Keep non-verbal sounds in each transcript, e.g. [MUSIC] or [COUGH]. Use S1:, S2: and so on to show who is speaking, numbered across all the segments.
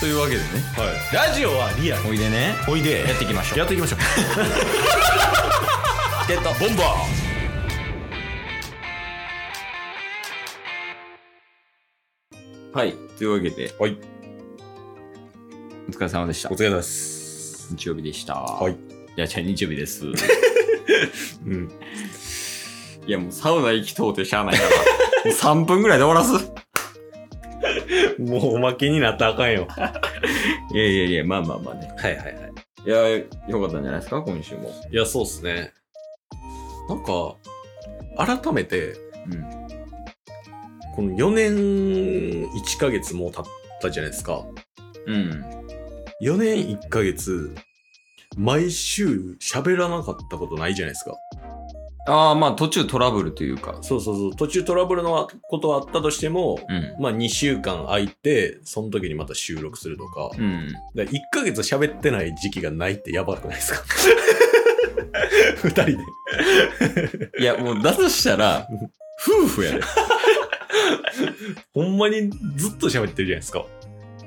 S1: というわけでね
S2: はい、ラジオはリアル
S1: おいでね
S2: おいで
S1: やっていきましょう
S2: やっていきましょう
S1: ゲットボンバーはい。というわけで、
S2: はい。
S1: お疲れ様でした
S2: お。疲れ様です
S1: 日曜日でした。
S2: はいい。
S1: や、じゃあ日曜日 [LAUGHS] です。い
S2: うん
S1: や、もうサウナ行きとうてしゃあないから。も [LAUGHS] う3分ぐらいで終わらす。
S2: もうおまけになったらあかんよはい
S1: やいやいや、まあまあまあね。
S2: いはいはい
S1: いや、よかったんじゃないですか、今週も。
S2: いやそうっすねなんか改めて
S1: うん。
S2: この4年1ヶ月もう経ったじゃないですか
S1: うん。
S2: 4年1ヶ月毎週喋らなかったことないじゃないですか
S1: ああ、まあ途中トラブルというか。
S2: そうそうそう途中トラブルのことはあったとしても
S1: うん。
S2: まあ2週間空いてその時にまた収録するとか
S1: うん。
S2: だ1ヶ月喋ってない時期がないってやばくないです [LAUGHS] か二人で。
S1: いや、もうだとしたら、夫婦やで。
S2: ほんまにずっと喋ってるじゃないですか。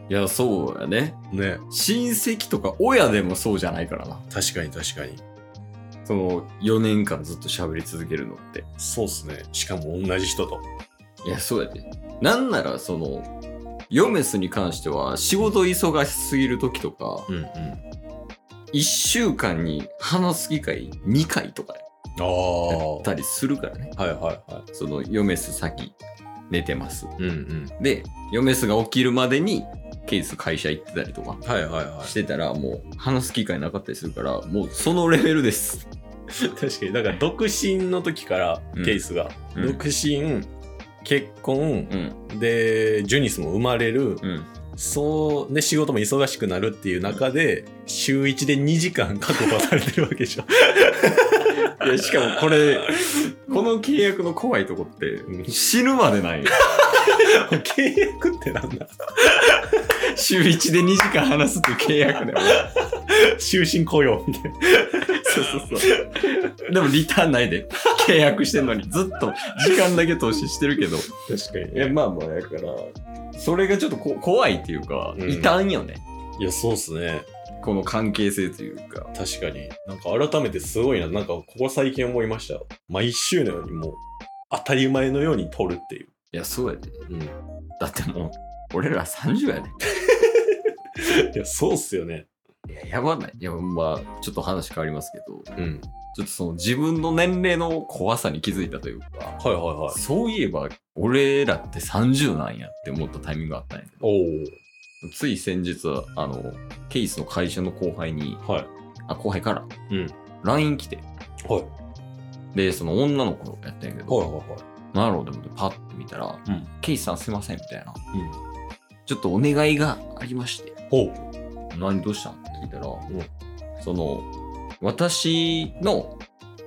S1: いや、そうやね。
S2: ね。
S1: 親戚とか親でもそうじゃないからな。
S2: 確かに確かに。
S1: その4年間ずっと喋り続けるのって。
S2: そうっすね。しかも同じ人と。
S1: いや、そうやで。なんなら、その、ヨメスに関しては仕事忙しすぎる時とか、
S2: うんうん。
S1: 1週間に話す機会2回とか
S2: ああ。
S1: やっ
S2: は
S1: たりするからね。
S2: いはいは
S1: その、ヨメス先寝てます。
S2: い。うんうん。
S1: で、ヨメスが起きるまでにケース会社行ってたりとか。
S2: はいはいは
S1: してたらもう話す機会なかったりするからもうそのレベルです
S2: い。 [LAUGHS] 確かに。だから独身の時から、
S1: うん
S2: ケイスが。
S1: うん
S2: 独身、結婚、
S1: うん
S2: で、ジュニスも生まれ
S1: う
S2: る。
S1: ん
S2: そう、で、仕事も忙しくなるっていう中で、週1で2時間確保されてるわけでしょ。
S1: いやしかもこ [LAUGHS] れこの契約の怖いとこって死ぬまでないよ
S2: [LAUGHS] 契約ってなんだ
S1: 週1で2時間話すっていう契約だよ
S2: 終身雇用みたいな。
S1: [LAUGHS] そうそうそうでもリターンないで契約してんのにずっと時間だけ投資してるけど
S2: 確かに
S1: いやまあまあやからそれがちょっとこ怖いっていうか
S2: うん
S1: 異端よね、
S2: いや、そうっすね。
S1: この関係性というか
S2: 確かに。なんか改めてすごいな。なんかここ最近思いました。毎週のようにもう、当たり前のように撮るっていう。
S1: いやそうやで
S2: うん。 [LAUGHS] い
S1: だってもう俺ら30やで
S2: や、そうっすよね。
S1: いや、やばない。いや、まあ、ちょっと話変わりますけど、ちょ
S2: うん。
S1: っとその自分の年齢の怖さに気づいたというか、
S2: はいはいはい。
S1: そういえば、俺らって30なんやって思ったタイミングがあったんやけど、
S2: お
S1: つい先日、あの、ケイスの会社の後輩に、
S2: お。はい。
S1: あ、後輩から、
S2: うん。
S1: LINE 来て、
S2: はい。
S1: で、その女の子やったんやけど、
S2: はいはいはい。
S1: なるほど、でパッて見たら、
S2: うん
S1: ケイスさんすいません、みたいな。
S2: うん。
S1: ちょっとお願いがありまして、
S2: ほう。
S1: 何どうしたんって聞いたら、
S2: ん
S1: その私の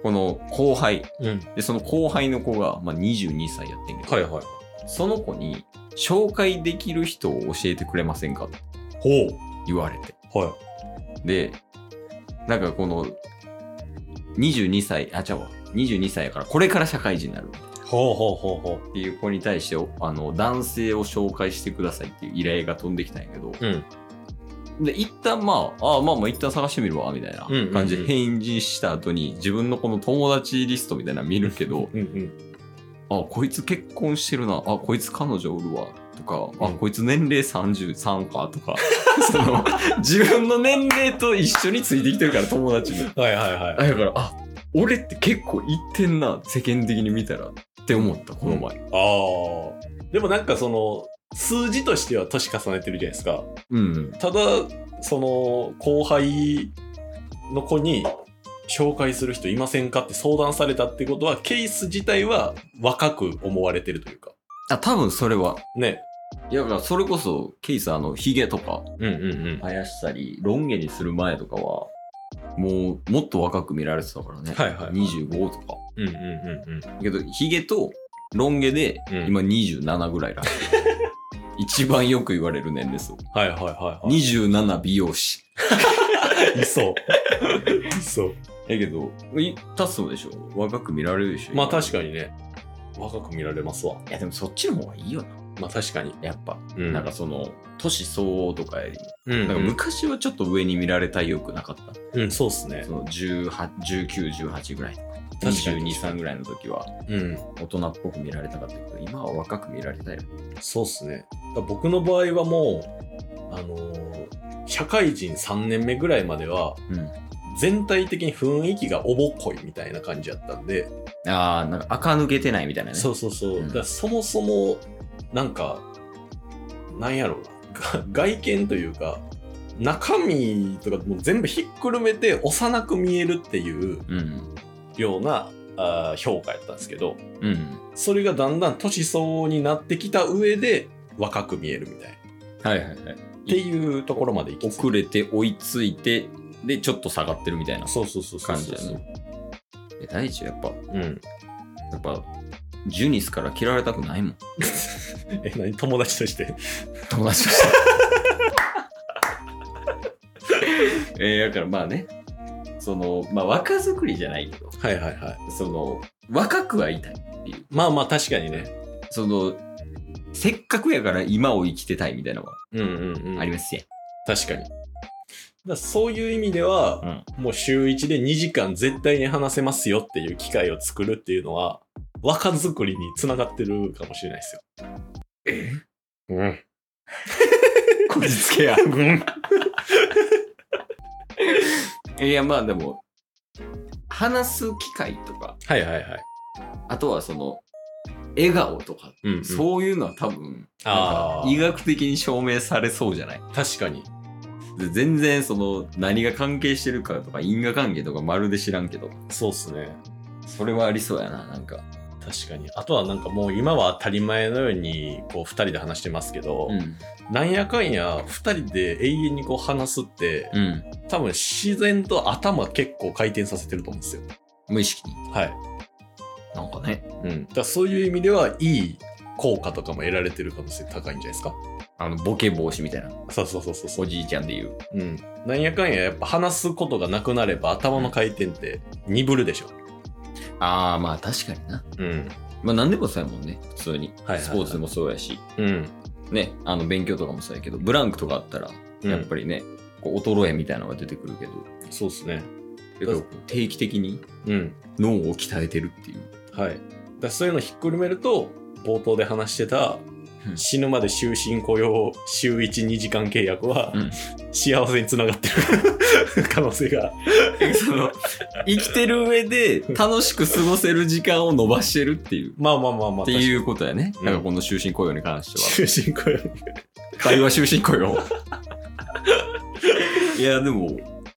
S1: この後輩
S2: うん。
S1: でその後輩の子が、まあ、22歳やってんけど、
S2: はいはい。
S1: その子に紹介できる人を教えてくれませんかって
S2: ほ
S1: 言われて
S2: う。はい。
S1: でなんかこの22歳あちゃうわ22歳やからこれから社会人になる
S2: ほうほうほうほ
S1: っていう子に対してあの男性を紹介してくださいっていう依頼が飛んできたんやけど、
S2: う。うん。
S1: で、一旦まあ、ああまあまあ一旦探してみるわ、みたいな
S2: うんうんうん
S1: 感じで返事した後に、自分のこの友達リストみたいなの見るけど、
S2: うんうん。
S1: あ、こいつ結婚してるな、あ、こいつ彼女おるわ、とか、あ、
S2: うん
S1: こいつ年齢33か、とか、 [LAUGHS] その、自分の年齢と一緒についてきてるから、友達に。
S2: はいはいはい。
S1: [LAUGHS] あだから、あ、俺って結構いってんな、世間的に見たら、って思った、この前。
S2: ああ。でもなんかその、数字としては年重ねてるじゃないですか。
S1: うん。
S2: ただ、その、後輩の子に、紹介する人いませんかって相談されたってことは、ケース自体は若く思われてるというか。
S1: あ、多分それは。
S2: ね。
S1: いや、だからそれこそ、ケイさん、あの、ヒゲとか、
S2: うんうんうん。
S1: 生やしたりロン毛にする前とかはもうもっと若く見られてたからね、
S2: はいはい
S1: 25とか
S2: うんうんうんうん。
S1: だけどヒゲとロン毛で
S2: うん
S1: 今27ぐらい
S2: [LAUGHS]
S1: らしい、一番よく言われる年齢層
S2: はいはいはい、は
S1: 27美容師
S2: い。いそう。いそう。
S1: やけどいタスもでしょ若く見られるでしょ
S2: まあ確
S1: か
S2: かにね、若く見られますわ。
S1: にいやでもそっちの方がいいよな
S2: まあ確かに。
S1: やっぱ、
S2: うん
S1: なんかその年相応とかよりも、
S2: うんうん
S1: なんか昔はちょっと上に見られたい欲なかった、
S2: うん、そうっすね
S1: そ。の1918ぐらい
S2: 確かに
S1: 223ぐらいの時は
S2: うん、
S1: 大人っぽく見られたかったけど今は若く見られたいよ
S2: そうっすね。だから僕の場合はもう、あのー社会人3年目ぐらいまでは、
S1: うん
S2: 全体的に雰囲気がおぼっこいみたいな感じやったんで、
S1: ああなんか垢抜けてないみたいなね
S2: そうそうそう。
S1: うん
S2: だからそもそも、なんか、なんやろうな。が外見というか、中身とかもう全部ひっくるめて幼く見えるっていう
S1: うん
S2: ようなあー評価やったんですけど、
S1: うん
S2: それがだんだん年相応になってきた上で若く見えるみたいな。
S1: はいはいはい
S2: っていうところまで行き着い
S1: 遅れて追いついてでちょっと下がってるみたいな
S2: た。そうそうそうそう
S1: 感
S2: そ
S1: じ
S2: う
S1: だねえ大地やっぱ
S2: うん。
S1: やっぱジュニスから嫌われたくないもん
S2: え、何友達として。
S1: 友達として [LAUGHS] えーだからまあねそのまあ若作りじゃないけど
S2: はいはいはい。
S1: その若くはいたい
S2: まあまあ確かにね。
S1: そのせっかくやから今を生きてたいみたいなのは
S2: うんうんうん。
S1: ありますやん、
S2: 確かに。だからそういう意味では、
S1: うん
S2: もう週1で2時間絶対に話せますよっていう機会を作るっていうのは、若作りにつながってるかもしれないですよ。え
S1: こじつけ [LAUGHS] や
S2: うん。うん。
S1: いやまあでも話す機会とか
S2: はいはいはい。
S1: あとはその笑顔とか、
S2: うん、う。
S1: そういうのは多分
S2: あ
S1: なんか医学的に証明されそうじゃない
S2: あ、確かに。
S1: で全然その何が関係してるかとか因果関係とかまるで知らんけど
S2: そうっすね。
S1: それはありそうやななんか
S2: 確かに。あとはなんかもう今は当たり前のように、こう2人で話してますけど、
S1: うん
S2: なんやかんや2人で永遠にこう話すって、
S1: うん
S2: 多分自然と頭結構回転させてると思うんですよ。
S1: 無意識に
S2: はい。
S1: なんかね
S2: うん、だからそういう意味ではいい効果とかも得られてる可能性高いんじゃないですか
S1: あのボケ防止みたいな
S2: そうそうそうそうそ
S1: おじいちゃんで言う
S2: う、うん、なんやかんややっぱ話すことがなくなれば頭の回転って鈍るでしょ
S1: ああまあ確かにな
S2: うん
S1: まあ何でもそうやもんね普通に、
S2: はいはいはい
S1: スポーツでもそうやし
S2: うん
S1: ねあの勉強とかもそうやけどブランクとかあったらやっぱりね、こう衰えみたいなのが出てくるけど
S2: りそうですね
S1: けど定期的に
S2: うん
S1: 脳を鍛えてるっていう
S2: はいだからそういうのひっくるめると冒頭で話してた
S1: うん
S2: 死ぬまで終身雇用週12時間契約は、
S1: うん
S2: 幸せにつながってる [LAUGHS] 可能性が
S1: えその生きてる上で楽しく過ごせる時間を伸ばしてるっていう
S2: まあまあまあまあ
S1: っていうことやね、
S2: うん
S1: なんかこの終身雇用に関しては
S2: 終身雇用
S1: 会話終身雇用 [LAUGHS] いやでも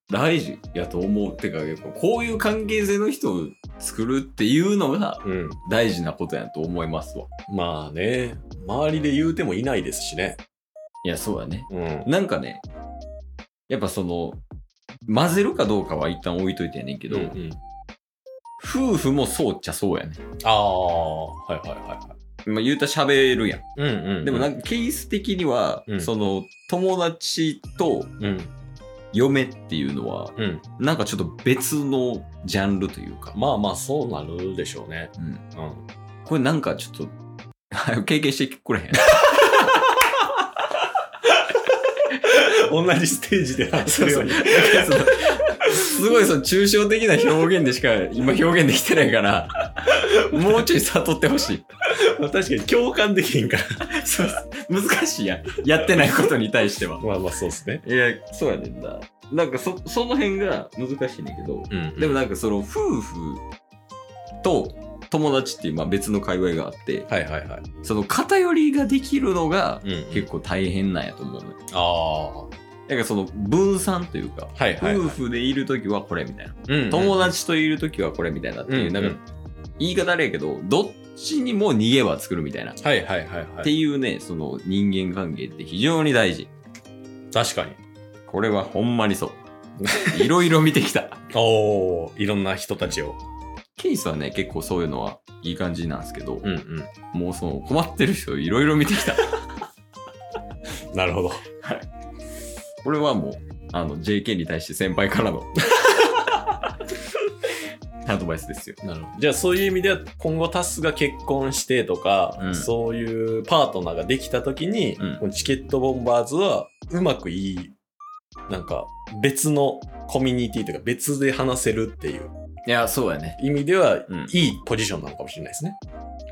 S1: 大事やと思うてかやっぱこういう関係性の人を作るっていうのが
S2: うん
S1: 大事なことやと思いますわ
S2: まあね、周りで言うてもいないですしね。
S1: いやそうやね
S2: うん。
S1: なんかねやっぱその混ぜるかどうかは一旦置いといてやねんけど、
S2: うんうん、
S1: 夫婦もそうっちゃそうやね、
S2: ああ、はいはいは
S1: まあ、言うたら喋るやん
S2: いはい。うんうん
S1: でもなん
S2: か、
S1: かケース的には、
S2: うん
S1: その友達と
S2: うん
S1: 嫁っていうのは
S2: うん。
S1: なんかちょっと別のジャンルというか、
S2: まあまあ、そうなるでしょうね。
S1: うん、
S2: うん。
S1: これなんかちょっと [LAUGHS] 早く経験してくれへ [LAUGHS] ん
S2: 同じステージで話せるように。
S1: なんかその [LAUGHS] すごいその抽象的な表現でしか今表現できてないからもうちょい悟ってほしい
S2: [LAUGHS] 確かに共感できへんから。
S1: そう難しいやんやってないことに対しては
S2: まあまあ、そうですね。
S1: いやそうやねんななんかそその辺が難しいねんけど
S2: うん、
S1: でも、なんかその夫婦と友達っていうまあ別の界隈があって
S2: はいはいはい。
S1: その偏りができるのが
S2: うん、うん。
S1: 結構大変なんやと思うのよ
S2: ああ、は
S1: だからその分散というか
S2: いはい、
S1: 夫
S2: はい。
S1: 婦でいる時はこれみたいな
S2: うんうん
S1: 友達といる時はこれみたいなっていう
S2: うん
S1: な
S2: うん
S1: んか言い方あれやけどどっちにも逃げ場作るみたいなっ
S2: はいはいはいは
S1: て
S2: い。
S1: いうねその人間関係って非常に大事
S2: 確かに。
S1: これはほんまにそういろいろ見てき
S2: [LAUGHS]
S1: た
S2: おお、いろんな人たちを。
S1: ケイスはね結構そういうのはいい感じなんですけど、
S2: うんう
S1: もうその困ってる人いろいろ見てきた。
S2: ん。なるほど。
S1: これはもう、あの、JK に対して先輩からの。アドバイスですよ。
S2: なるほど。じゃあそういう意味では今後タスが結婚してとか、
S1: うん
S2: そういうパートナーができた時に、
S1: うん
S2: このチケットボンバーズはうまくいい、なんか別のコミュニティというか別で話せるっていう
S1: いや、そうやね。
S2: 意味では、
S1: うん
S2: いいポジションなのかもしれないですね。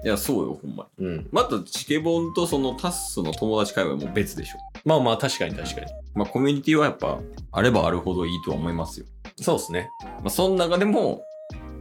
S1: いや、そうよ、ほんまに。
S2: うん。
S1: また、チケボンとそのタッソの友達会話も別でしょ。
S2: まあまあ確かに確かに。
S1: まあ、コミュニティはやっぱ、あればあるほどいいとは思いますよ。
S2: そうですね。
S1: まあ、その中でも、